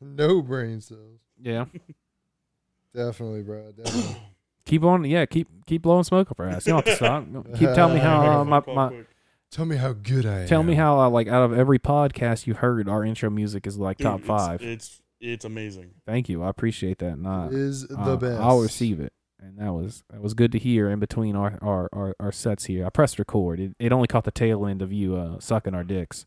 No brain cells. Yeah. Definitely, bro. Definitely. Keep on. Yeah. Keep keep blowing smoke up our ass. You don't have to stop. Keep telling me how uh, my, my Tell me how good I am. tell me how uh, like out of every podcast you heard, our intro music is like top five. It's, it's amazing. Thank you. I appreciate that. Not It is the uh, best. I'll receive it. And that was that was good to hear in between our our, our, our sets here. I pressed record. It, it only caught the tail end of you uh, sucking our dicks.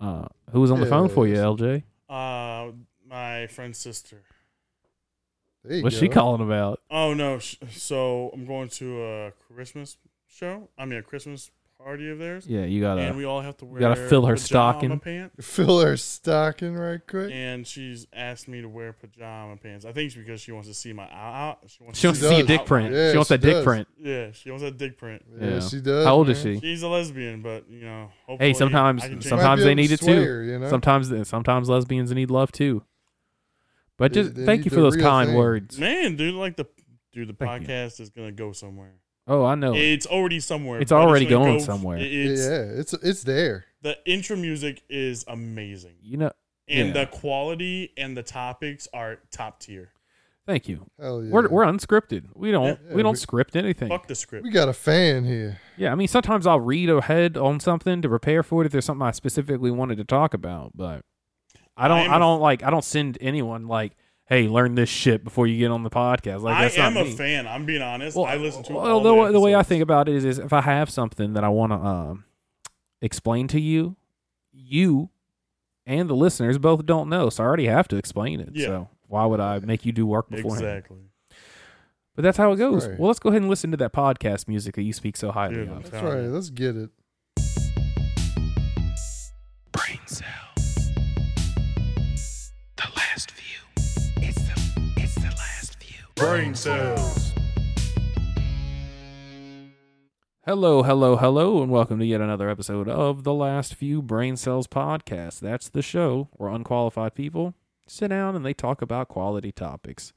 Uh, who was on the phone for you, Yes. LJ? Uh, my friend's sister. There you What's she go. calling about? Oh no! sh- So I'm going to a Christmas show. I mean a Christmas party of theirs, Yeah, you gotta. and we all have to wear. gotta fill her pajama stocking. pants. Fill her stocking right quick. And she's asked me to wear pajama pants. I think it's because she wants to see my out. She wants, she wants She to see a does. dick print. Yeah, she wants she a dick does. print. Yeah, she wants that dick print. Yeah, Yeah. she does. How old is man. she? She's a lesbian, but you know. Hopefully Hey, sometimes- I can change- Might be sometimes they able to need it too. swear, You know? Sometimes sometimes lesbians need love too. But They- just they thank need you for the those real kind thing. words. man, dude, like the dude, the Thank you. podcast is gonna go somewhere. Oh, I know. It's already somewhere. It's but already gonna going go- somewhere. it- Yeah, It's yeah, it's it's there. the intro music is amazing. you know. and Yeah. the quality and the topics are top tier. Thank you. Hell yeah. We're we're unscripted. We don't Yeah, we don't we- script anything. Fuck the script. we got a fan here. Yeah, I mean, sometimes I'll read ahead on something to prepare for it if there's something I specifically wanted to talk about, but I don't, I am I, a- don't like, I don't send anyone like, hey, learn this shit before you get on the podcast. Like, I that's am not a me. fan. I'm being honest. Well, I listen to well, all the, way- the way I episodes. think about it is, is if I have something that I want to um, explain to you, you and the listeners both don't know, so I already have to explain it. Yeah. So why would I make you do work beforehand? Exactly. But that's how it goes. right. Well, let's go ahead and listen to that podcast music that you speak so highly Dude, of. I'm That's telling right. you. Let's get it. Brain cell. The last view. It's the it's the last view. Brain cells. Hello, hello, hello, and welcome to yet another episode of the Last Few Brain Cells Podcast. That's the show where unqualified people sit down and they talk about quality topics.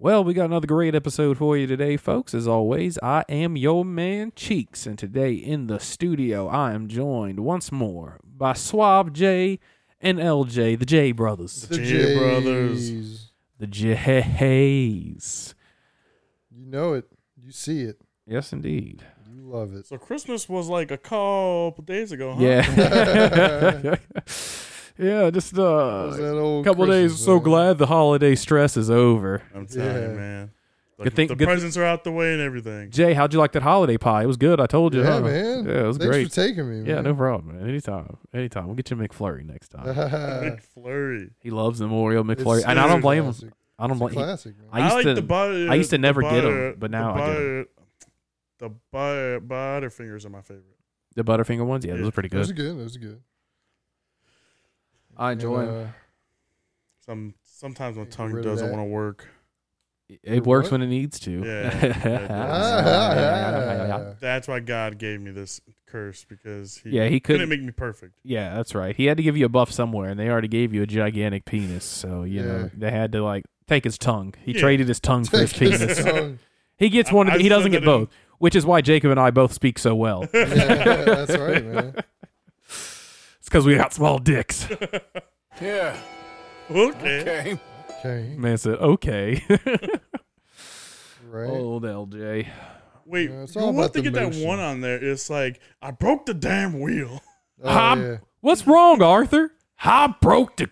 Well, we got another great episode for you today, folks. As always, I am your man Cheeks, and today in the studio, I am joined once more by Swab J and LJ, the J brothers, The J Brothers. J's. the J's. You know it. You see it. Yes, indeed. You love it. So Christmas was like a couple days ago, huh? Yeah, yeah, just uh, What was that old couple Christmas days. So song? glad the holiday stress is over. I'm telling Yeah. you, man. Good Like, thing- the good- presents are out the way and everything. Jay, how'd you like that holiday pie? It was good. I told you. Yeah, huh? man. Yeah, it was Thanks great. for taking me. yeah, no man. Uh-huh. problem, man. Anytime, anytime. We'll get you a McFlurry next time. Big flurry. he loves them Oreo It's McFlurry, and I don't a blame him. classic. I It's don't a blame. He, classic, man. I used like to. the butter. I used to the never get 'em, butter- but the now I get 'em. butter- The butter, butterfingers are my favorite. the Butterfinger ones, yeah, those Yeah. are pretty Those are good. good. Those are good. I enjoy. And, 'em. uh, Some sometimes my Get tongue rid of doesn't that. want to work. It works what? when it needs to. ah, That's why God gave me this curse because he, Yeah, he couldn't- couldn't make me perfect. Yeah, that's right. He had to give you a buff somewhere, and they already gave you a gigantic penis. So you know Yeah. they had to like take his tongue. He Yeah. traded his tongue for his Take his penis. tongue. He gets I- one. Of I the, he said doesn't that get in- both, which is why Jacob and I both speak so well. it's Yeah, that's right, man. because we got small dicks. Yeah. Okay. Okay. Okay, Man said, "Okay, right. old LJ." Wait, Yeah, it's all you about want to the get motion. that one on there? It's like I broke the damn wheel. Oh, Hob- yeah. What's wrong, Arthur? I broke the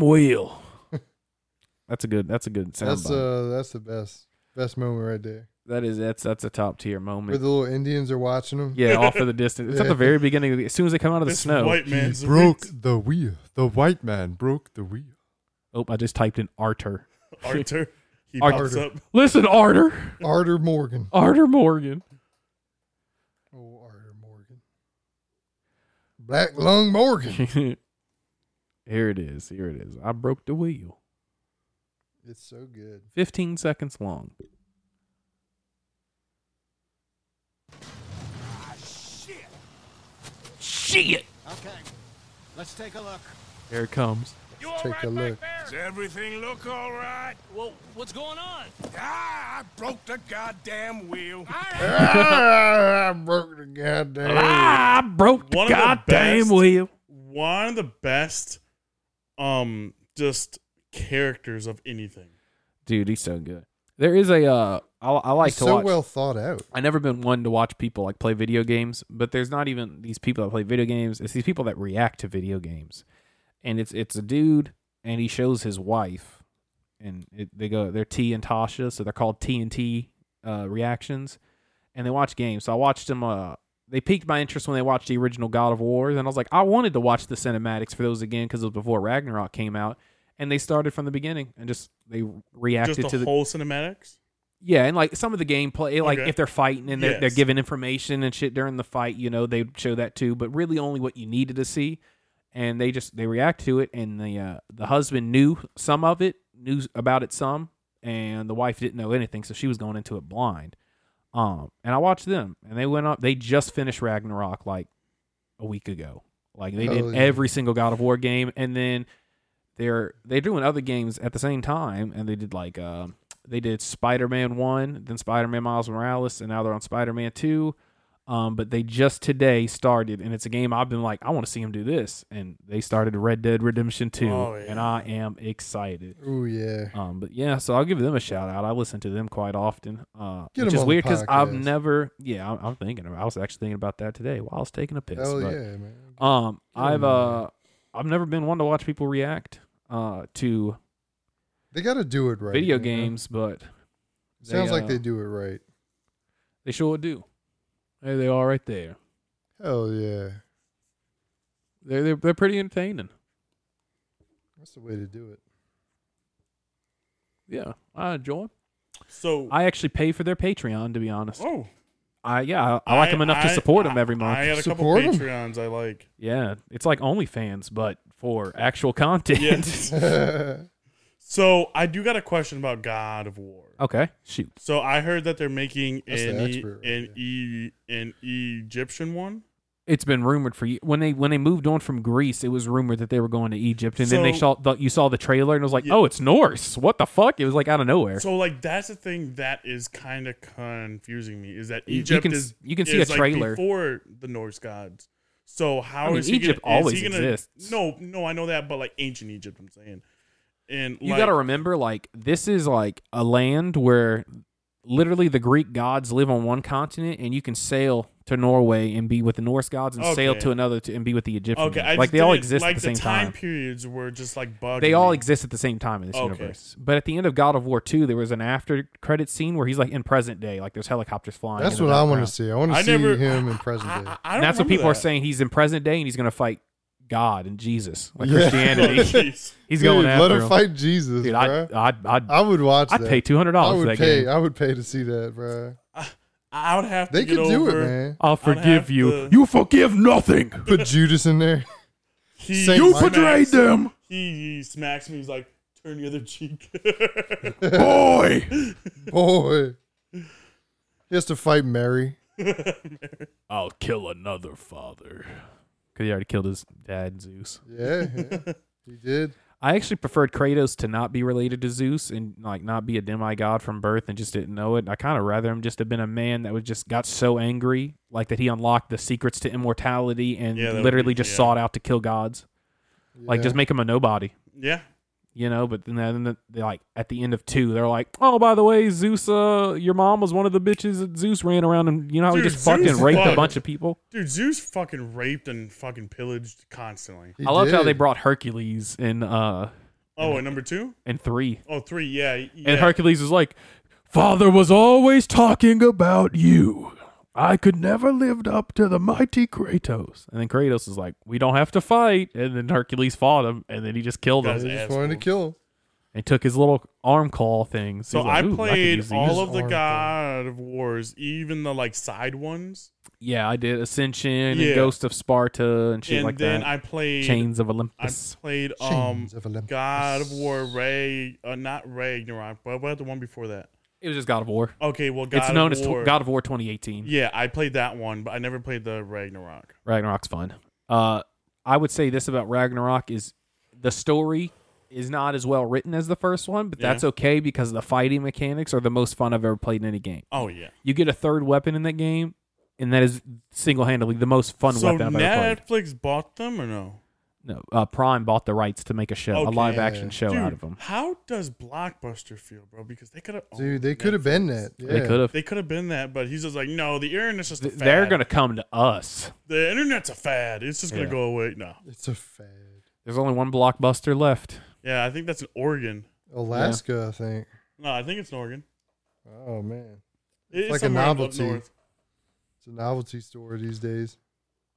wheel. that's a good. That's a good That's soundbite. uh, that's the best best moment right there. that is. That's that's a top tier Where moment. the little Indians are watching him. yeah, off of the distance. It's at the Yeah. very beginning. Of the, as soon as they come out of the This snow. white man's a big the wheel. The white man broke the wheel. Oh, I just typed in Arter. Arthur. He Arthur. pops up. Listen, Arter. Arter Morgan. Arter Morgan. Oh, Arter Morgan. Black Lung Morgan. Here it is. Here it is. I broke the wheel. It's so good. 15 seconds long. Shit. Okay, let's take a look. Here it comes. Let's take a look. Does everything look all right? Well, what's going on? Ah, I broke the goddamn wheel. Ah, I broke the goddamn. Ah, I broke the One of the goddamn best. wheel. One of the best um just characters of anything. Dude, he's so good. There is a uh, I, I like It's to so watch. well thought out. I never been one to watch people like play video games, but there's not even these people that play video games. It's these people that react to video games, and it's it's a dude, and he shows his wife, and it, they go they're T and Tasha, so they're called T and T uh, reactions, and they watch games. So I watched them. Uh, they piqued my interest when they watched the original God of Wars, and I was like, I wanted to watch the cinematics for those again because it was before Ragnarok came out, and they started from the beginning and just they reacted just to the, the whole cinematics. yeah, and like some of the gameplay, like Okay. if they're fighting and they're, they're Yes. giving information and shit during the fight, you know, they show that too. But really, only what you needed to see, and they just they react to it. And the uh, the husband knew some of it, knew about it some, and the wife didn't know anything, so she was going into it blind. Um, and I watched them, and they went up. They just finished Ragnarok like a week ago. Like they Oh, did yeah. every single God of War game, and then they're they're doing other games at the same time, and they did like um they did Spider Man one, then Spider Man Miles Morales, and now they're on Spider Man two. Um, but they just today started, and it's a game I've been like, I want to see them do this, and they started Red Dead Redemption two, Oh, yeah. and I am excited. Oh yeah. Um, but yeah, so I'll give them a shout out. I listen to them quite often. Uh, Get them which is on the weird because I've podcast. never. Yeah, I'm, I'm thinking. I was actually thinking about that today while I was taking a piss. Hell but, yeah, man. Um, I've them on uh, I've never been one to watch people react uh to They got to do it right. video you know? games, but they, Sounds like uh, they do it right. They sure do. There they are, right there. Hell yeah. They're they're, they're pretty entertaining. That's the way to do it. Yeah, I enjoy. 'em. So I actually pay for their Patreon to be honest. oh, I yeah, I, I like them enough to support them every month. I got a Support couple 'em? Patreons I like. yeah, it's like OnlyFans, but for actual content. Yes. So I do got a question about God of War. okay, shoot. So I heard that they're making That's the an, e- expert right an, e- an Egyptian one. It's been rumored for ye- when they when they moved on from Greece, it was rumored that they were going to Egypt, and then they saw So- the, you saw the trailer and it was like, Yeah. oh, it's Norse. What the fuck? It was like out of nowhere. So like that's the thing that is kind of confusing me is that You- you Egypt can is s- you can see is, a like, trailer. before the Norse gods. So how is I mean, he Egypt gonna, is always he gonna, exists. No, no, I know that, but like ancient Egypt, I'm saying. And you like, got to remember like this is like a land where literally the greek gods live on one continent and you can sail to norway and be with the norse gods and sail Okay. to another to, and be with the egyptian okay, gods. I like just they all didn't- exist at like the same time, time, periods were just like bugging. they all me. exist at the same time in this Okay. universe but at the end of god of war 2 there was an after credit scene where he's like in present day like there's helicopters flying That's in the what I want to background. see. I want I to see never him in present I, day. I- I don't and that's what remember people are that. saying he's in present day and he's going to fight god and jesus like Yeah. Oh, christianity jeez. he's Dude, going after let him, him. fight Jesus, dude bro. I, I, I'd, I, would watch I'd that. pay I $200 for would that pay. game I would pay to see that, bro. I would have to. They get could do it, over man. I'll I'd forgive have you. to- You forgive nothing. Put Judas in there. He Saint You smacks- betrayed them, He smacks me. He's like, "Turn the other cheek." boy. Boy. He has to fight Mary. I'll kill another father. Because he already killed his dad, Zeus. Yeah. yeah. he did. I actually preferred Kratos to not be related to Zeus and like not be a demigod from birth and just didn't know it. I kind of rather him just have been a man that was just got so angry, like that he unlocked the secrets to immortality and Yeah, that would literally be- just yeah. sought out to kill gods. Like Yeah. just make him a nobody. yeah. you know but then, then the, they like at the end of two they're like oh by the way zeus uh your mom was one of the bitches that zeus ran around and you know how he Dude, just fucked Zeus and raped a fucked. bunch of people Dude, Zeus fucking raped and fucking pillaged constantly. He i love how did. they brought hercules in uh Oh, and number two? in three Oh, three, yeah. yeah. and hercules was like father was always talking about you i could never lived up to the mighty kratos and then kratos is like we don't have to fight and then hercules fought him and then he just killed Guys, him They just wanted to assholes. kill him. and took his little arm claw thing so he's like, I "Ooh, could use played these." all of the Armful. God of Wars, even the like side ones. Yeah, I did Ascension Yeah. and Ghost of Sparta and shit and like then that. I played Chains of I Olympus. played um Chains of Olympus. God of War Ray uh, not Ragnarok, but what the one before that? it was just God of War. Okay, well God it's of known as War. tw- God of War 2018. Yeah, I played that one, but I never played the Ragnarok. Ragnarok's fun. Uh, I would say this about Ragnarok is the story is not as well written as the first one, but Yeah. that's okay because the fighting mechanics are the most fun I've ever played in any game. Oh yeah. You get a third weapon in that game, and that is single handedly the most fun so weapon I've ever played. Netflix bought them or no? No, uh, Prime bought the rights to make a show, a Okay. live action Yeah. show Dude, out of them. how does Blockbuster feel, bro? Because they could have. Dude, they could have been that. They yeah. could have. Oh, They could have been that, but he's just like, no, the internet's just a fad. They're gonna come to us. The internet's a fad. It's just gonna Yeah. go away. No. It's a fad. There's only one blockbuster left. Yeah, I think that's an Oregon. Alaska, I think. No, I think it's an Oregon. Oh man, It- It's like a somewhere up novelty. north. it's a novelty store these days.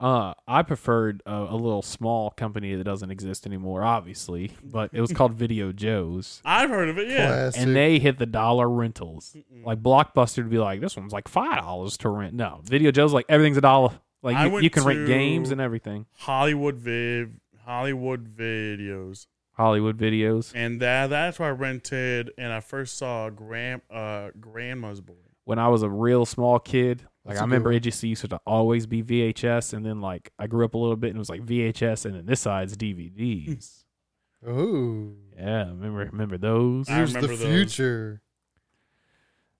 Uh, I preferred a, a little small company that doesn't exist anymore, obviously, but it was called Video Joe's, I've heard of it. Yeah. Classic. and they hit the dollar rentals. Like Blockbuster would be like, this one's like five dollars to rent. No, Video Joe's like everything's a dollar. I Like you, went you can rent to- games and everything. Hollywood Viv, Hollywood videos, Hollywood videos. and that that's where I rented, and I first saw Grand, uh, Grandma's Boy. When I was a real small kid, like That's I a good remember one. it just used to always be VHS, and then like I grew up a little bit and it was like VHS, and then this side's DVDs. Oh, yeah, remember remember those? I here's the remember those. future.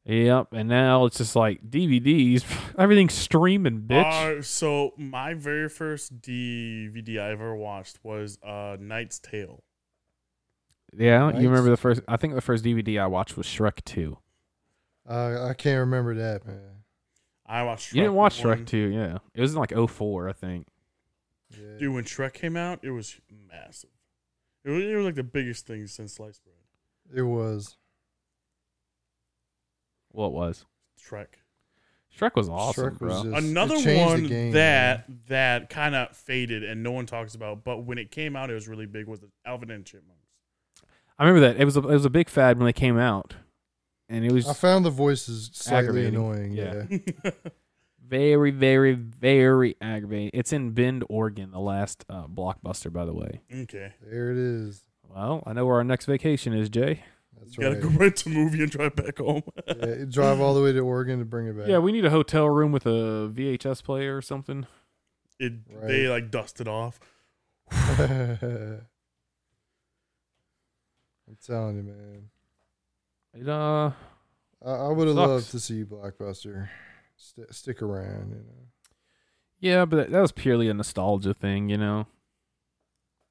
Yep, and now it's just like DVDs. Everything's streaming, bitch. Uh, so my very first DVD I ever watched was uh, Knight's Tale. yeah, Right. you remember the first? I think the first DVD I watched was Shrek Two. Uh, I can't remember that man. I watched. Shrek you didn't watch one. Shrek Two, yeah? It was in like 04, I think. Yeah. Dude, when Shrek came out, it was massive. It was, it was like the biggest thing since sliced bread. It was. Well, it was Shrek. Shrek was awesome, Shrek bro. was just, it Another changed the one game, that man. that kind of faded and no one talks about, but when it came out, it was really big. Was the Alvin and Chipmunks? I remember that it was a, it was a big fad when they came out, and it was I found the voices slightly Aggravating. annoying. Yeah. Yeah. very, very, very aggravating. It's in Bend, Oregon, the last uh, blockbuster, by the way. Okay, there it is. Well, I know where our next vacation is, Jay. That's gotta right. go rent a movie and drive back home. Yeah, you drive all the way to Oregon to bring it back. Yeah, we need a hotel room with a VHS player or something. It Right. they like dusted off. I'm telling you, man. It, uh, I, I would have Sucks. loved to see Blockbuster St- stick around. You know, Yeah, but that was purely a nostalgia thing, you know.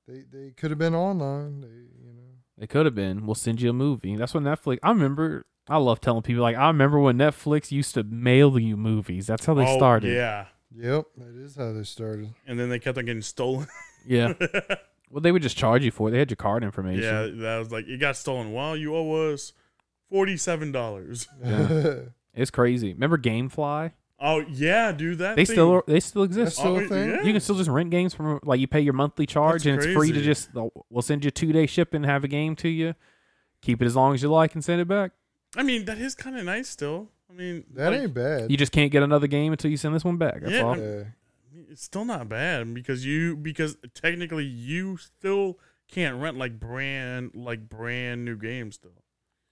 they they could have been online. They, you know, It could have been. We'll send you a movie. That's what Netflix. I remember. I love telling people like I remember when Netflix used to mail you movies. That's how they Oh, started. Yeah, yep, that is how they started. and then they kept on getting stolen. Yeah. yeah, Well, they would just charge you for it. They had your card information. that was like it got stolen. Well, you owe us forty seven dollars. Yeah. It's crazy. Remember GameFly? Oh yeah, dude, that They thing- still they still That's exist. Oh, still a yeah. thing. You can still just rent games from like you pay your monthly charge That's and it's free to crazy. just we'll send you two day shipping, have a game to you, keep it as long as you like, and send it back. I mean, that is kind of nice still. I mean, That like, ain't bad. You just can't get another game until you send this one back. That's Yeah, all. I'm- yeah. it's still not bad because you because technically you still can't rent like brand like brand new games still.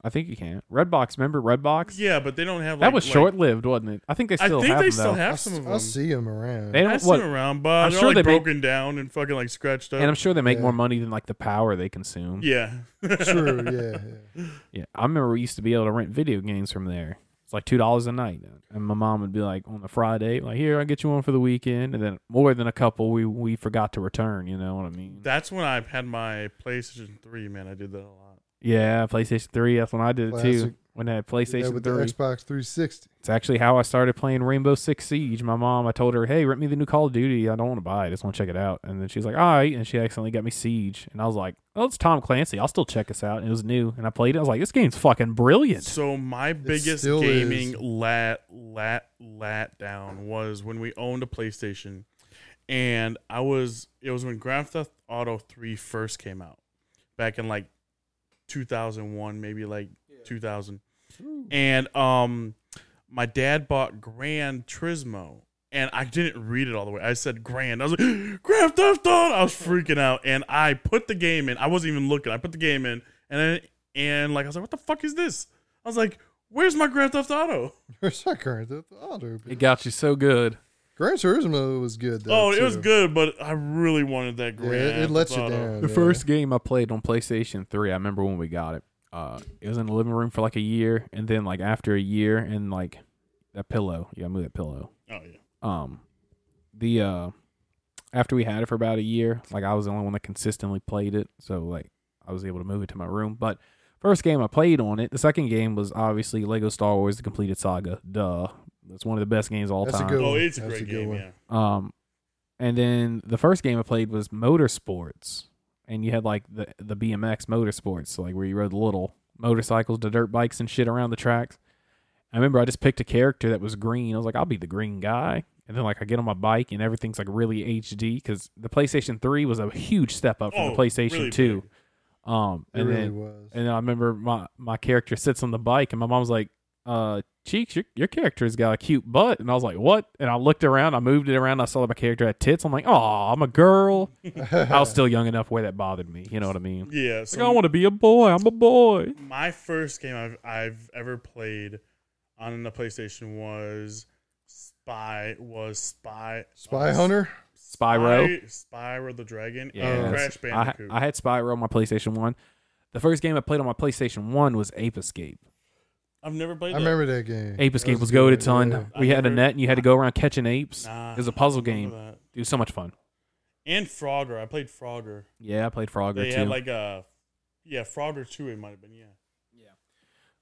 I think you can. Redbox, remember Redbox? Yeah, but they don't have like, that was like- short lived, wasn't it? I think they I still think have they them, still though. I, have s- some of I them. see them around. They I don't see what, them around, but I'm they're sure like they make- broken down and fucking like scratched up. and I'm sure they make Yeah. more money than like the power they consume. yeah, True. Yeah. yeah. Yeah, I remember we used to be able to rent video games from there. It's like two dollars a night, and my mom would be like on a Friday, like, "Here, I will get you one for the weekend." And then more than a couple, we we forgot to return. You know what I mean? That's when I had my PlayStation Three. Man, I did that a lot. yeah, PlayStation Three. That's when I did it Classic. too. When I Did had that PlayStation with the Three, Xbox 360. it's actually how I started playing Rainbow Six Siege. My mom, I told her, "Hey, rent me the new Call of Duty. I don't want to buy it. I just want to check it out." And then she's like, "All right," and she accidentally got me Siege, and I was like, "Oh, it's Tom Clancy. I'll still check this out." And it was new, and I played it. I was like, "This game's fucking brilliant." So my biggest still is. gaming lat lat lat down was when we owned a PlayStation, and I was it was when Grand Theft Auto Three first came out, back in like two thousand one, maybe like two thousand, and um, my dad bought Gran Turismo. And I didn't read it all the way. I said grand. I was like, Grand Theft Auto. I was freaking out, and I put the game in. I wasn't even looking. I put the game in, and then, and like I was like, "What the fuck is this?" I was like, "Where's my Grand Theft Auto?" Where's that Grand Theft Auto? It got you so good. Gran Turismo was good. Though, oh, it was too. good, but I really wanted that Yeah, Grand. it, it lets Theft you Auto. down. The Oh, yeah. first game I played on PlayStation 3, I remember when we got it. Uh, it was in the living room for like a year, and then like after a year, and like that pillow, yeah, move that pillow. Oh yeah, Um, the um, uh, after we had it for about a year, like I was the only one that consistently played it, so like I was able to move it to my room. But first game I played on it, the second game was obviously Lego Star Wars: The Completed Saga. Duh, that's one of the best games of all That's a time. good Oh, one. it's a That's great a good game. one. Yeah. Um, and then the first game I played was Motorsports, and you had like the the BMX Motorsports, so, like where you rode the little motorcycles, the dirt bikes, and shit around the tracks. I remember I just picked a character that was green. I was like, I'll be the green guy. And then like I get on my bike and everything's like really HD because the PlayStation 3 was a huge step up from Oh, the PlayStation really 2. Um, It and really then was. and then I remember my my character sits on the bike, and my mom's like, "Uh, cheeks, your your character's got a cute butt." And I was like, "What?" And I looked around, I moved it around, I saw that my character had tits. I'm like, "Oh, I'm a girl." I was still young enough where that bothered me. You know what I mean? Yeah. It's So like, I want to be a boy. I'm a boy. my first game I've I've ever played on the PlayStation was Spy was Spy Spy uh, Hunter. Spyro. Spy, Spyro the Dragon Yeah. and Crash I, Bandicoot. I had Spyro on my PlayStation One. The first game I played on my PlayStation One was Ape Escape. have never I played. that. remember that game. Ape That Escape was a good goaded, one, ton. yeah. We I had a never- net, and you had to go around catching apes. Nah, it was a I puzzle remember game. that. It was so much fun. And Frogger, I played Frogger. Yeah, I played Frogger They too. had like a yeah Frogger two. It might have been yeah.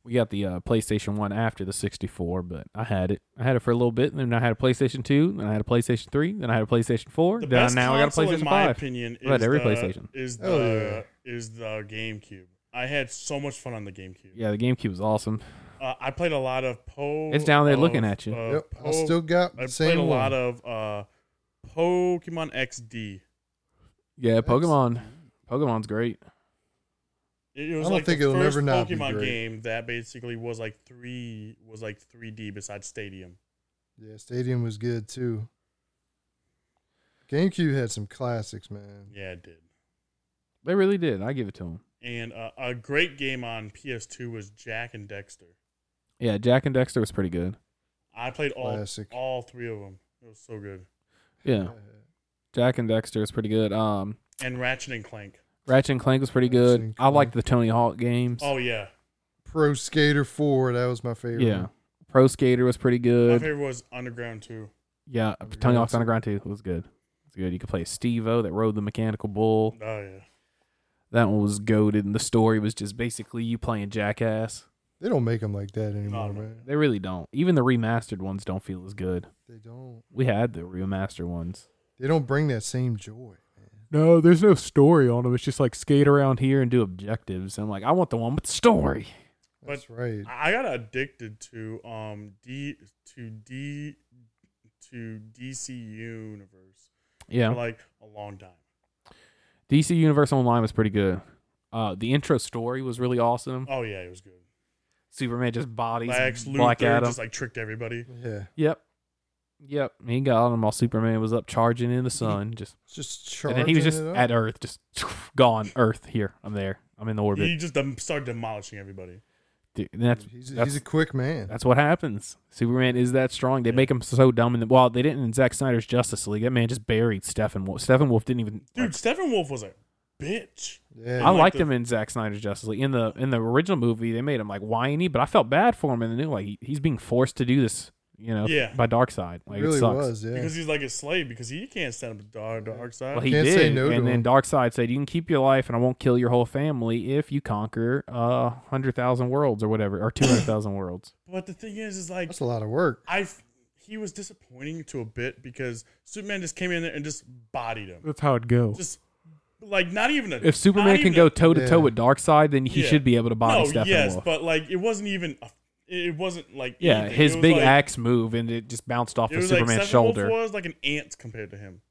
we got the uh, PlayStation One after the 64, but I had it. I had it for a little bit, and then I had a PlayStation Two, then I had a PlayStation Three, then I had a PlayStation Four. The then I- best now I got a console, PlayStation in my Five. opinion, I've had is every the, PlayStation. is Hell the is the GameCube. I had so much fun on the GameCube. Yeah, the GameCube was awesome. Uh, I played a lot of Poe. It's down there of, looking at you. uh, Yep, I Poe- still got I the same played a one. lot of uh, Pokemon XD. Yeah, That's- Pokemon. Pokemon's great. It, it was I don't like think the it'll first ever not be Pokemon great. game that basically was like three was like three D besides Stadium. Yeah, Stadium was good too. GameCube had some classics, man. Yeah, it did. They really did. I give it to them. And uh, a great game on PS2 was Jack and Dexter. Yeah, Jack and Dexter was pretty good. I played all Classic. all three of them. It was so good. Yeah, Jack and Dexter was pretty good. Um, And Ratchet and Clank. Ratchet and Clank was pretty good. Ratchet and I liked Clank. the Tony Hawk games. Oh yeah, Pro Skater 4, that was my favorite. yeah. one. Pro Skater was pretty my good. favorite was Underground 2. Yeah, Underground Tony Hawk's too. Underground too was good. It's good. You could play Steve-O that rode the mechanical bull. Oh yeah, That one was goaded, and the story was just basically you playing jackass. They don't make them like that anymore, no. man. They really don't. Even the remastered ones don't feel as good. They don't. We had the remastered ones. They don't bring that same joy. No, there's no story on them. It's just like skate around here and do objectives. I'm like, I want the one with story. That's right. I I got addicted to um D to D to DC Universe for Yeah, like a long time. DC Universe Online was pretty good. Uh, the intro story was really awesome. Oh yeah, it was good. Superman just bodies Lex Black Luthor Adam. just like tricked everybody. Yeah. yep, yep. He got on him while Superman was up charging in the sun, just It's just and charging. then he was just it up. at Earth, just gone. Earth here, I'm there, I'm in the orbit. He just dem- started demolishing everybody. Dude, and that's he's, that's, he's a quick man. that's what happens. Superman is that strong. They make him so dumb. And well, they didn't in Zack Snyder's Justice League. That man just buried Stephen Wolf. Stephen Wolf didn't even. Dude, Steppenwolf was a bitch. yeah. I like liked the- him in Zack Snyder's Justice League. In the in the original movie, they made him like whiny, but I felt bad for him in the new. Like he, he's being forced to do this, you know, Yeah. by Darkseid. It Like really it sucks. was, yeah. Because he's like a slave because he can't stand up to dark, dark side. Well, he Can't did, say no to and then him. Darkseid said, "You can keep your life, and I won't kill your whole family if you conquer uh, hundred thousand worlds or whatever, or two hundred thousand worlds." but the thing is, is like That's a lot of work. I f- he was disappointing to a bit because Superman just came in there and just bodied him. That's how it goes. Just like not even a If Superman not can even go a- toe to toe Yeah. with Darkseid, then he Yeah. should be able to body Steppenwolf. yes, but like it wasn't even a, it wasn't like yeah, anything. his It was, big like, axe move and it just bounced off It of was Superman's like Steppenwolf shoulder. was like an ant compared to him.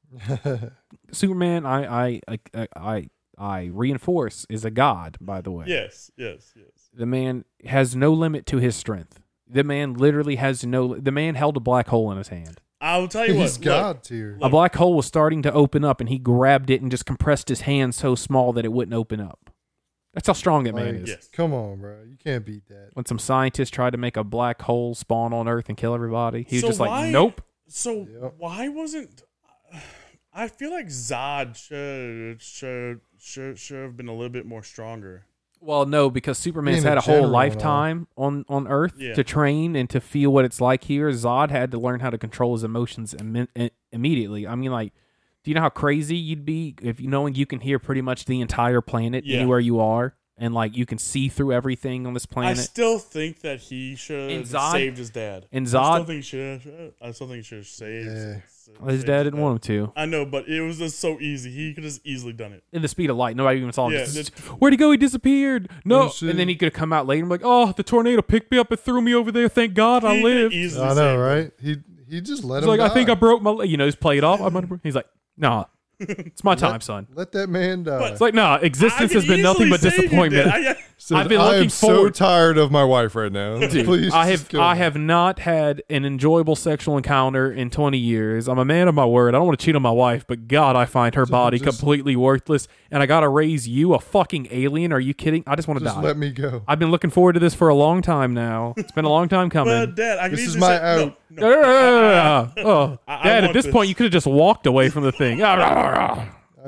Superman, I I I I I reinforce is a god. By the way, Yes, yes, yes. the man has no limit to his strength. The man literally has no. The man held a black hole in his hand. I'll tell you what. he's look, God tier. A Look. black hole was starting to open up, and he grabbed it and just compressed his hand so small that it wouldn't open up. That's how strong that man Like, is. Yes. Come on, bro. You can't beat that. When some scientists tried to make a black hole spawn on Earth and kill everybody, he was So just why- like, "Nope." So Yep. why wasn't? I feel like Zod should should should should have been a little bit more stronger. Well, no, because Superman's Being a had a whole general and all. lifetime on, on Earth Yeah. to train and to feel what it's like here. Zod had to learn how to control his emotions imme- i- immediately. I mean, like, Do you know how crazy you'd be if you knowing you can hear pretty much the entire planet Yeah. anywhere you are, and like you can see through everything on this I planet? still think that he should And have Zod- saved his dad. and I Zod, still think should. I still think should have saved. Yeah. saved his dad didn't want him to. I know, but it was just so easy. He could just easily done it. In the speed of light, nobody even saw him. Yeah, Just, that's- Where'd he go? He disappeared. Oh, No, shit. and then he could have come out later and be like, "Oh, the tornado picked me up and threw me over there. Thank God I He could lived." easily I know, saved right? He he just let He's him. like, "I die. think I broke my," le-" you know, he's played off. I'm under- he's like, "Nah, it's my time, son." let that man die. But- It's like, "Nah, I existence could has been nothing easily but save you, disappointment." Dad. I- Said, I've been I looking am so forward- tired of my wife right now. Please, I just have kill I me." have not had an enjoyable sexual encounter in 20 years. I'm a man of my word. I don't want to cheat on my wife, but God, I find her body just- completely worthless. And I gotta raise you, a fucking alien. Are you kidding? I just want to Just die. let me go. I've been looking forward to this for a long time now. It's been a long time But coming. dad, I could This is easily my save- no, out. no. oh, I- I Dad, at want this, this. point, you could have just walked away from the thing.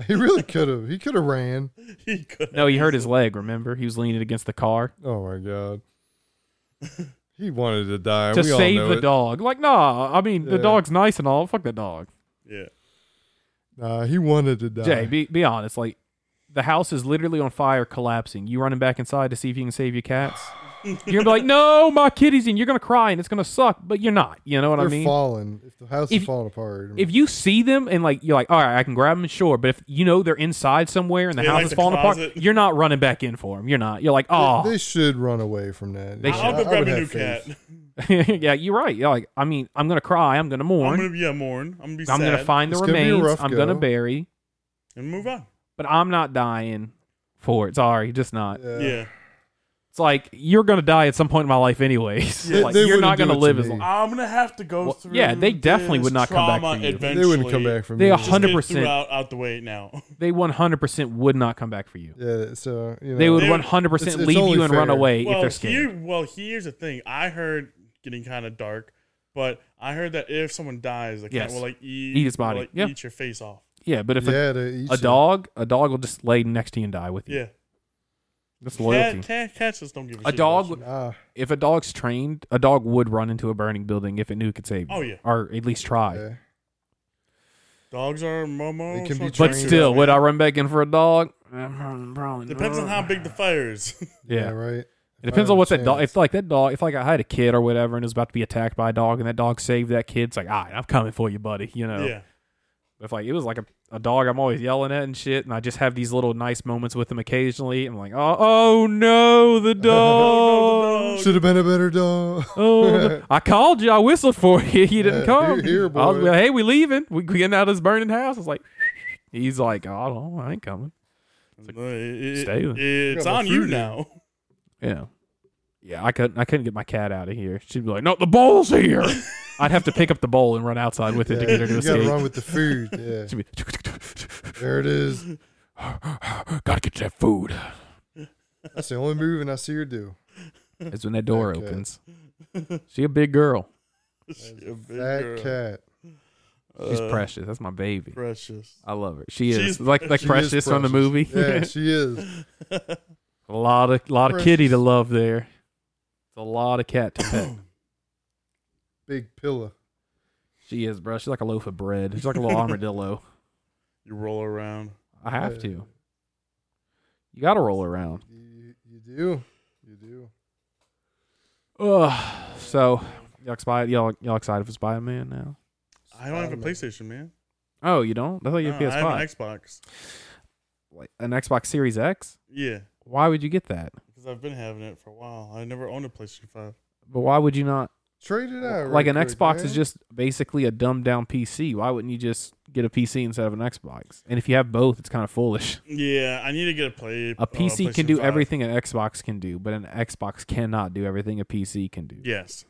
He really could have. He could have ran. He could. no, he hurt his leg. Remember, he was leaning against the car Oh my god. He wanted to die. to we all save know the it. dog. Like, nah, I mean, the Yeah. dog's nice and all. Fuck that dog. Yeah. Nah, he wanted to die. Jay, be, be honest. Like, the house is literally on fire, collapsing. You running back inside to see if you can save your cats. You're gonna be like, no, my kitty's in. You're gonna cry and it's gonna suck, but you're not. You know what They're I mean? falling. If the house If- is falling apart, I mean, if you see them and like you're like, all right, I can grab them, sure. But if you know they're inside somewhere and the Yeah, house like is the falling apart, closet. you're not running back in for them. You're not. You're like, they, oh, should run away from that. They Yeah, should. I- I'll go I grab would a new have faith. cat. yeah, you're right. You're like, I mean, I'm gonna cry, I'm gonna I'm mourn, gonna be a mourn. I'm gonna be I'm sad. gonna find the It's gonna be a remains, rough I'm gonna go. bury, and move on. but I'm not dying for it. Sorry, just not. Yeah. Yeah. It's like you're gonna die at some point in my life, anyways. They- like, they you're wouldn't not do gonna it to live as me. long. I'm gonna have to go Well, through. yeah, they definitely would this not come back trauma for you. They Eventually. They wouldn't come back from They me. a Just hundred- get it 100%. through Out, out the way now. They 100% would not come back for you. Yeah, so you know, They would They- 100% it's- it's leave you only and run fair. away if well, they're scared. here, well, here's the thing. I heard getting kind of dark, but I heard that if someone dies, the cat Yes. will like eat, Eat his will, body. like, Yeah. eat your face off. yeah, but if a yeah, to eat a you. dog, a dog will just lay next to you and die with you. Yeah, That's loyalty. cat, cat, cats just don't give a a, shit dog, about would- Ah, if a dog's trained, a dog would run into a burning building if it knew it could save you. Oh, yeah. Or at least try. yeah. you. dogs are momo. They can be But Trained still, dog. would I run back in for a dog? Probably depends on how big the fire is. Yeah. yeah, right. It depends on what's that dog. Chance. If like that dog, if like I had a kid or whatever and it was about to be attacked by a dog and that dog saved that kid, it's like, all right, I'm coming for you, buddy. You know. Yeah, But if like it was like a, a dog I'm always yelling at and shit, and I just have these little nice moments with him occasionally, I'm like, oh, oh no, the dog. dog. Should have been a better dog. Oh, the- I called you. I whistled for you. You didn't Yeah, come. here- here, I was boy. like, hey, we leaving. We we getting out of this burning house. I was like, he's like, oh, I don't- I ain't coming. No, it- it- stay with- it's Yeah, but on you fruity. now. Yeah, yeah. I couldn't. I couldn't get my cat out of here. She'd be like, no, the bowl's here. I'd have to pick up the bowl and run outside with it to Yeah, get her to you gotta escape. run with the food. Yeah, She'd be, there it is. gotta get that food. That's the only moving I see her do. It's when that door That cat. opens. She a big girl. She a big That girl. cat. She's Uh, precious. That's my baby. Precious. I love her. She is She's like like She is precious, from the movie. Yeah, she is. a lot of lot of kitty Precious. to love there. It's a lot of cat to pet. Big pillow. she is, bro. She's like a loaf of bread. She's like a little armadillo. You roll around. I have to. You got to roll around. You, you do. You do. Ugh. So y'all excited? Y'all y'all excited for Spider Man now? I don't have a Spider-Man. PlayStation, man. Oh, you don't? I thought you had No, PS I have an Five, Xbox. an Xbox Series X. Yeah, Why would you get that? because I've been having it for a while. I never owned a PlayStation Five. But why would you not Trade it out. like real an quick, Xbox man. is just basically a dumbed down PC. Why wouldn't you just get a PC instead of an Xbox? And if you have both, it's kind of foolish. Yeah, I need to get a play. uh, A PC can PlayStation do 5. everything an Xbox can do, but an Xbox cannot do everything a PC can do. Yes.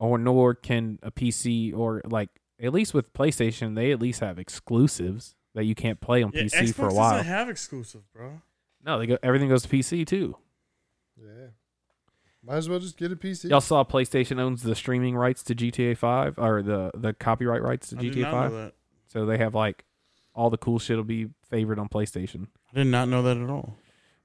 Or nor can a PC or like at least with PlayStation, they at least have exclusives that you can't play on Yeah, PC Xbox for a doesn't while. have exclusive, bro. no, they go everything goes to PC too. Yeah. Might as well just get a PC. Y'all saw PlayStation owns the streaming rights to GTA 5 or the the copyright rights to I did GTA not 5. know that. So they have like all the cool shit will be favored on PlayStation. I did not know that at all.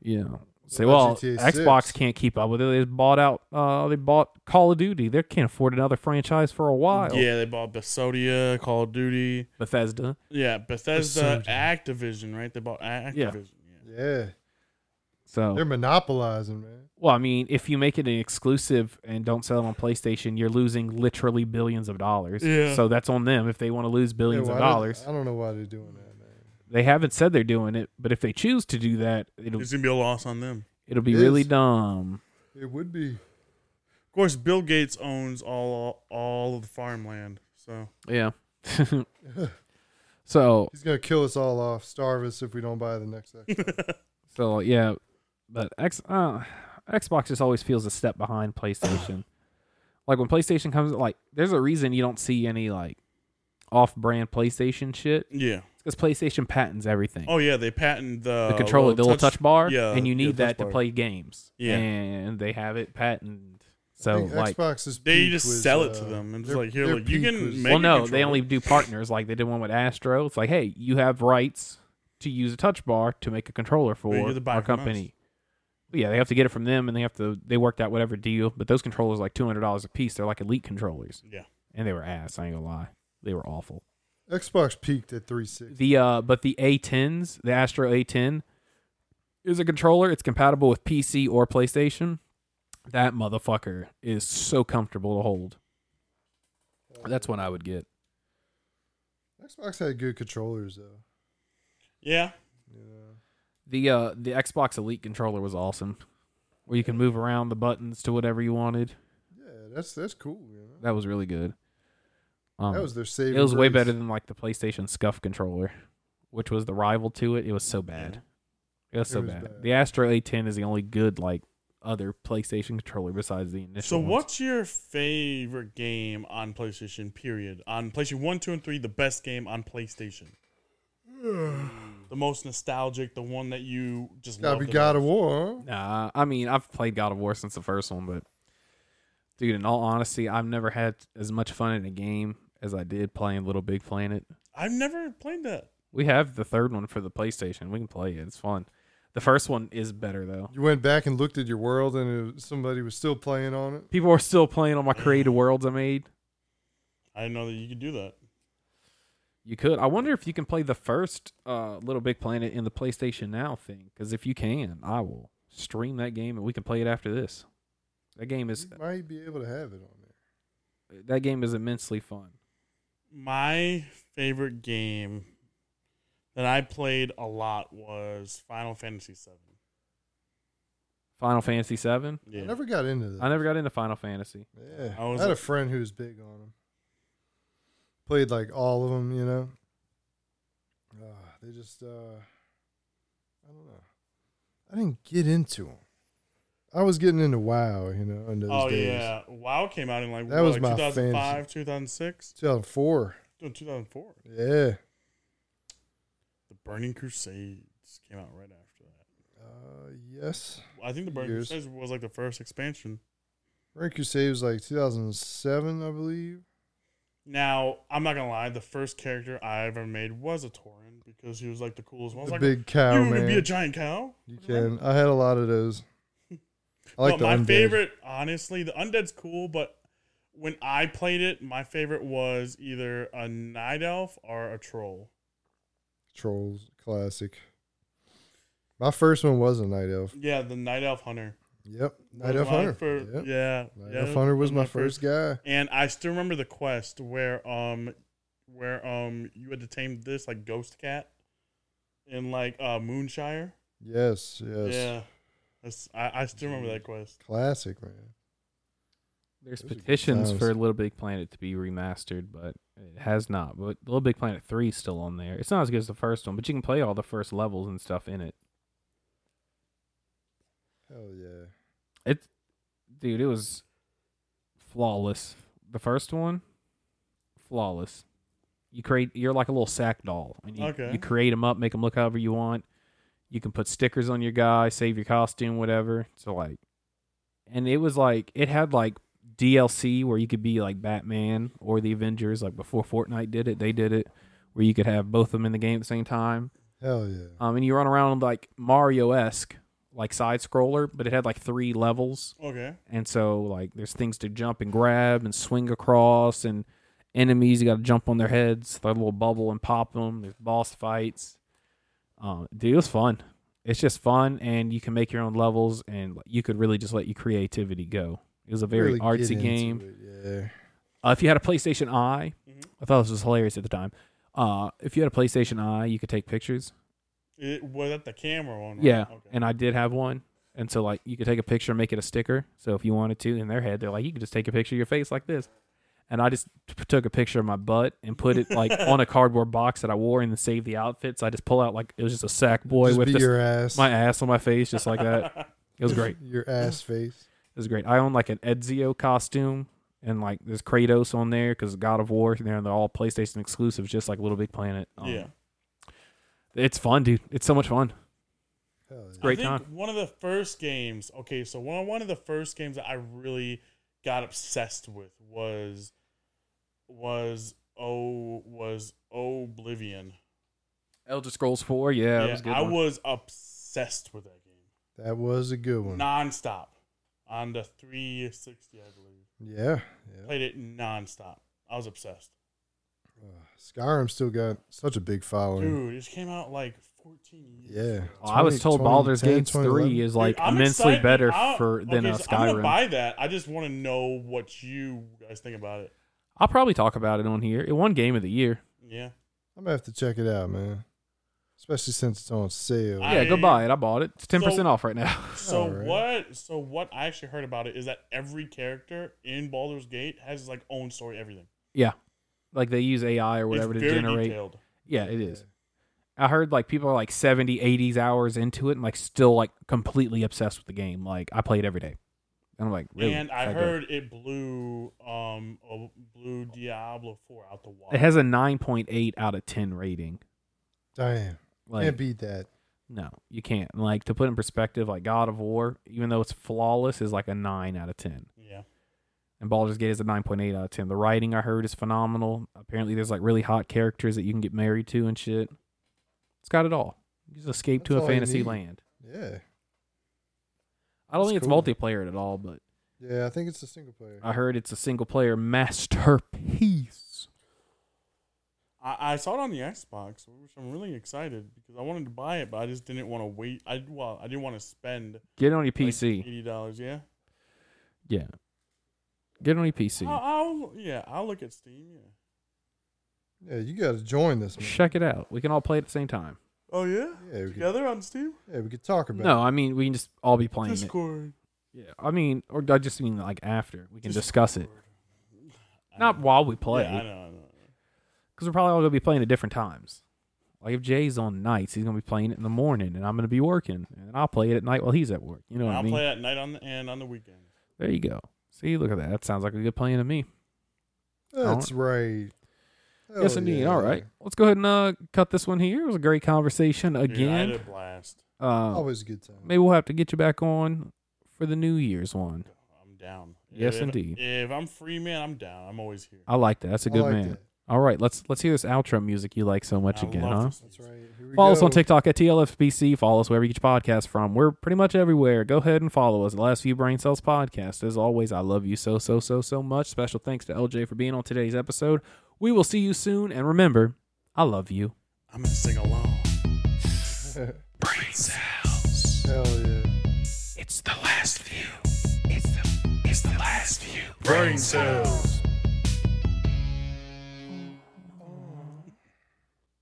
Yeah. Say, What about well, GTA Xbox 6? can't keep up with it. They bought out. Uh, they bought Call of Duty. They can't afford another franchise for a while. Yeah, they bought Bethesda, Call of Duty. Bethesda. Yeah, Bethesda, Bethesda. Activision, right? They bought Activision. Yeah. yeah. Yeah, So they're monopolizing, man. Well, I mean, if you make it an exclusive and don't sell it on PlayStation, you're losing literally billions of dollars. Yeah. So that's on them if they want to lose billions Yeah, of why did- dollars. I don't know why they're doing that, man. They haven't said they're doing it, but if they choose to do that, it'll It's gonna be a loss on them. it'll be It really is. dumb. It would be. Of course, Bill Gates owns all all of the farmland. So Yeah. so He's gonna kill us all off, starve us if we don't buy the next. Xbox. so yeah, but X uh, Xbox just always feels a step behind PlayStation. like when PlayStation comes, like there's a reason you don't see any like off-brand PlayStation shit. yeah. It's because PlayStation patents everything. Oh yeah, they patented the, the controller, the little touch, bar, yeah, and you yeah, need touch that to bar. play games. Yeah. and they have it patented. I So think like, Xbox is. They peak just was, sell it to uh, them and it's their- like, here, their look, you peak can was- make- well, no, they controller. only do partners. Like they did one with Astro. It's like, hey, you have rights to use a touch bar to make a controller for But you get to buy our it from company. Yeah, they have to get it from them, and they have to they worked out whatever deal. But those controllers are like two hundred dollars a piece. They're like elite controllers, yeah. and they were ass. I ain't gonna lie, they were awful. Xbox peaked at 360. The uh, but the A10s, the Astro A10, is a controller. It's compatible with PC or PlayStation. That motherfucker is so comfortable to hold. That's one I would get. Xbox had good controllers though. Yeah. The uh, the Xbox Elite controller was awesome, where you can move around the buttons to whatever you wanted. Yeah, that's that's cool. You know? That was really good. Um, that was their saving. it was way grace. better than like the PlayStation Scuff controller, which was the rival to it. It was so bad. It was It so was bad. bad. The Astro A10 is the only good like other PlayStation controller besides the initial. So ones. what's your favorite game on PlayStation? Period. On PlayStation One, Two, and Three, the best game on PlayStation. the most nostalgic, the one that you just Gotta love. be the God of most. War. Huh? Nah, I mean I've played God of War since the first one, but dude, in all honesty, I've never had as much fun in a game as I did playing Little Big Planet. I've never played that. We have the third one for the PlayStation. We can play it. It's fun. The first one is better though. You went back and looked at your world, and it was- somebody was still playing on it. People are still playing on my creative worlds I made. I didn't know that you could do that. You could. I wonder if you can play the first uh, Little Big Planet in the PlayStation Now thing. Because if you can, I will stream that game and we can play it after this. That game is You might be able to have it on there. that game is immensely fun. My favorite game that I played a lot was Final Fantasy Seven. Final Fantasy Seven. Yeah. I never got into that. I never got into Final Fantasy. Yeah, I I, was had like- a friend who was big on them. Played like all of them, you know. Uh, they just, uh, I don't know. I didn't get into them. I was getting into WoW, you know, in those oh days. yeah, WoW came out in like That what, was like my 2005, 2006, 2004. No, 2004. Yeah. The Burning Crusades came out right after that. Uh, yes. I think the Burning Years. Crusades was like the first expansion. Rank Crusade was like 2007, I believe. Now, I'm not gonna lie, the first character I ever made was a Tauren because he was like the coolest one. I was the like, big you cow, want to man. be a giant cow? you can. I had a lot of those. I like No, the my undead. favorite, honestly, the undead's cool, but when I played it, my favorite was either a night elf or a troll. Trolls classic. My first one was a night elf. Yeah, the night elf hunter. Yep, Was Night Elf my Hunter. fir- Yep. Yeah, Night yeah, Elf Hunter was my first. first guy. and I still remember the quest where um where um you had to tame this like ghost cat in like uh Moonshire. Yes, yes. Yeah. That's, I, I still remember that quest. Classic, man. There's Those are good petitions times. for Little Big Planet to be remastered, but it has not. But Little Big Planet Three is still on there. It's not as good as the first one, but you can play all the first levels and stuff in it. Hell yeah. It, dude, it was flawless. The first one, flawless. You create, you're like a little sack doll, and you, Okay. you create them up, make them look however you want. You can put stickers on your guy, save your costume, whatever. So like, and it was like it had like DLC where you could be like Batman or the Avengers, like before Fortnite did it, they did it, where you could have both of them in the game at the same time. Hell yeah. Um, and you run around like Mario esque, like side scroller, but it had like three levels, Okay. and so like there's things to jump and grab and swing across, and enemies you got to jump on their heads, their little bubble and pop them. There's boss fights. Um, dude, it was fun. It's just fun, and you can make your own levels, and you could really just let your creativity go. It was a very Really get artsy into game. it, yeah. Uh, if you had a PlayStation Eye, Mhm. I thought this was hilarious at the time. Uh, if you had a PlayStation Eye, you could take pictures. It, was that the camera one? right? Yeah, Okay. and I did have one, and so like you could take a picture and make it a sticker. So if you wanted to, in their head, they're like, you could just take a picture of your face like this. And I just t- took a picture of my butt and put it like on a cardboard box that I wore and then saved the outfit. So I just pull out like it was just a sack boy Just with be just your ass. my ass on my face, just like that. it was great. Your ass face. It was great. I own like an Ezio costume and like there's Kratos on there because God of War and they're, they're all PlayStation exclusives, just like Little Big Planet. Um, yeah. it's fun, dude. It's so much fun. Hell yeah. great I think time. One of the first games. Okay, so one one of the first games that I really got obsessed with was was oh was Oblivion. Elder Scrolls Four, yeah, it Yeah, was a good. I one. was obsessed with that game That was a good one. nonstop on the 360, I believe. Yeah. yeah. Played it nonstop. I was obsessed, Uh, Skyrim still got such a big following. dude. It just came out like 14 years. Yeah. ago. Oh, I was 20 told Baldur's 2010, Gate Three 2011. is like Dude, I'm immensely excited. better I'll- for than okay, uh, so I'm gonna Skyrim. buy that. I just want to know what you guys think about it. I'll probably talk about it on here. It won Game of the Year. Yeah. I'm gonna have to check it out, man. Especially since it's on sale. I- yeah, go buy it. I bought it. It's ten percent So- off right now. So Alright. what? So what I actually heard about it is that every character in Baldur's Gate has his like own story, everything. yeah, like they use AI or whatever it's to very generate. Detailed. Yeah, it is. I heard like people are like 70, 80s hours into it and like still like completely obsessed with the game. Like I play it every day. And I'm like, really? and I That good? heard it blew um uh, blew Diablo four out the uh, water. it has a 9.8 out of 10 rating. Damn. Like, Can't beat that. no, you can't. Like to put in perspective, like God of War, even though it's flawless, is like a 9 out of 10. yeah. And Baldur's Gate is a 9.8 out of 10. The writing I heard is phenomenal. Apparently, there's like really hot characters that you can get married to and shit. It's got it all. You just escape to That's a all you fantasy need. land. Yeah. I don't That's think cool. it's multiplayer at all, but Yeah, I think it's a single player. I heard it's a single player masterpiece. I, I saw it on the Xbox, which I'm really excited because I wanted to buy it, but I just didn't want to wait. I well, I didn't want to spend like, Get it on your PC. eighty dollars. Yeah, yeah. Get it on your PC. I'll, I'll yeah, I'll look at Steam. Yeah. Yeah, you gotta join this man. Check it out. We can all play at the same time. Oh yeah, Yeah, we could, together on Steam, yeah, we could talk about No, I mean we can just all be playing it. Discord. Yeah. I mean, or I just mean like after we can discuss it, Discord. I not know. while we play, Yeah, I because know, I know. I know. we're probably all gonna be playing at different times. Like if Jay's on nights, he's gonna be playing it in the morning, and I'm gonna be working, and I'll play it at night while he's at work. You know what I I'll mean? play at night on the and on the weekend. there you go. See, look at that. That sounds like a good plan to me. it. That's right. Hell yes, indeed. yeah. All right, let's go ahead and uh, cut this one here. It was a great conversation Dude, I had again. a blast. Uh, Always a good time. maybe we'll have to get you back on for the New Year's one. I'm down. Yes, If- indeed. If I'm free, man, I'm down. I'm always here. I like that. That's a I good like man. that. All right, let's let's hear this outro music you like so much I again, love huh? this That's music. right. Here we Follow us go. on TikTok at TLFBC. Follow us wherever you get your podcast from. We're pretty much everywhere. Go ahead and follow us. The Last Few Brain Cells Podcast. As always, I love you so, so, so, so much. Special thanks to LJ for being on today's episode. We will see you soon. And remember, I love you. I'm gonna sing along. Brain cells. Hell yeah. It's the last view. It's the it's the last view. Brain cells.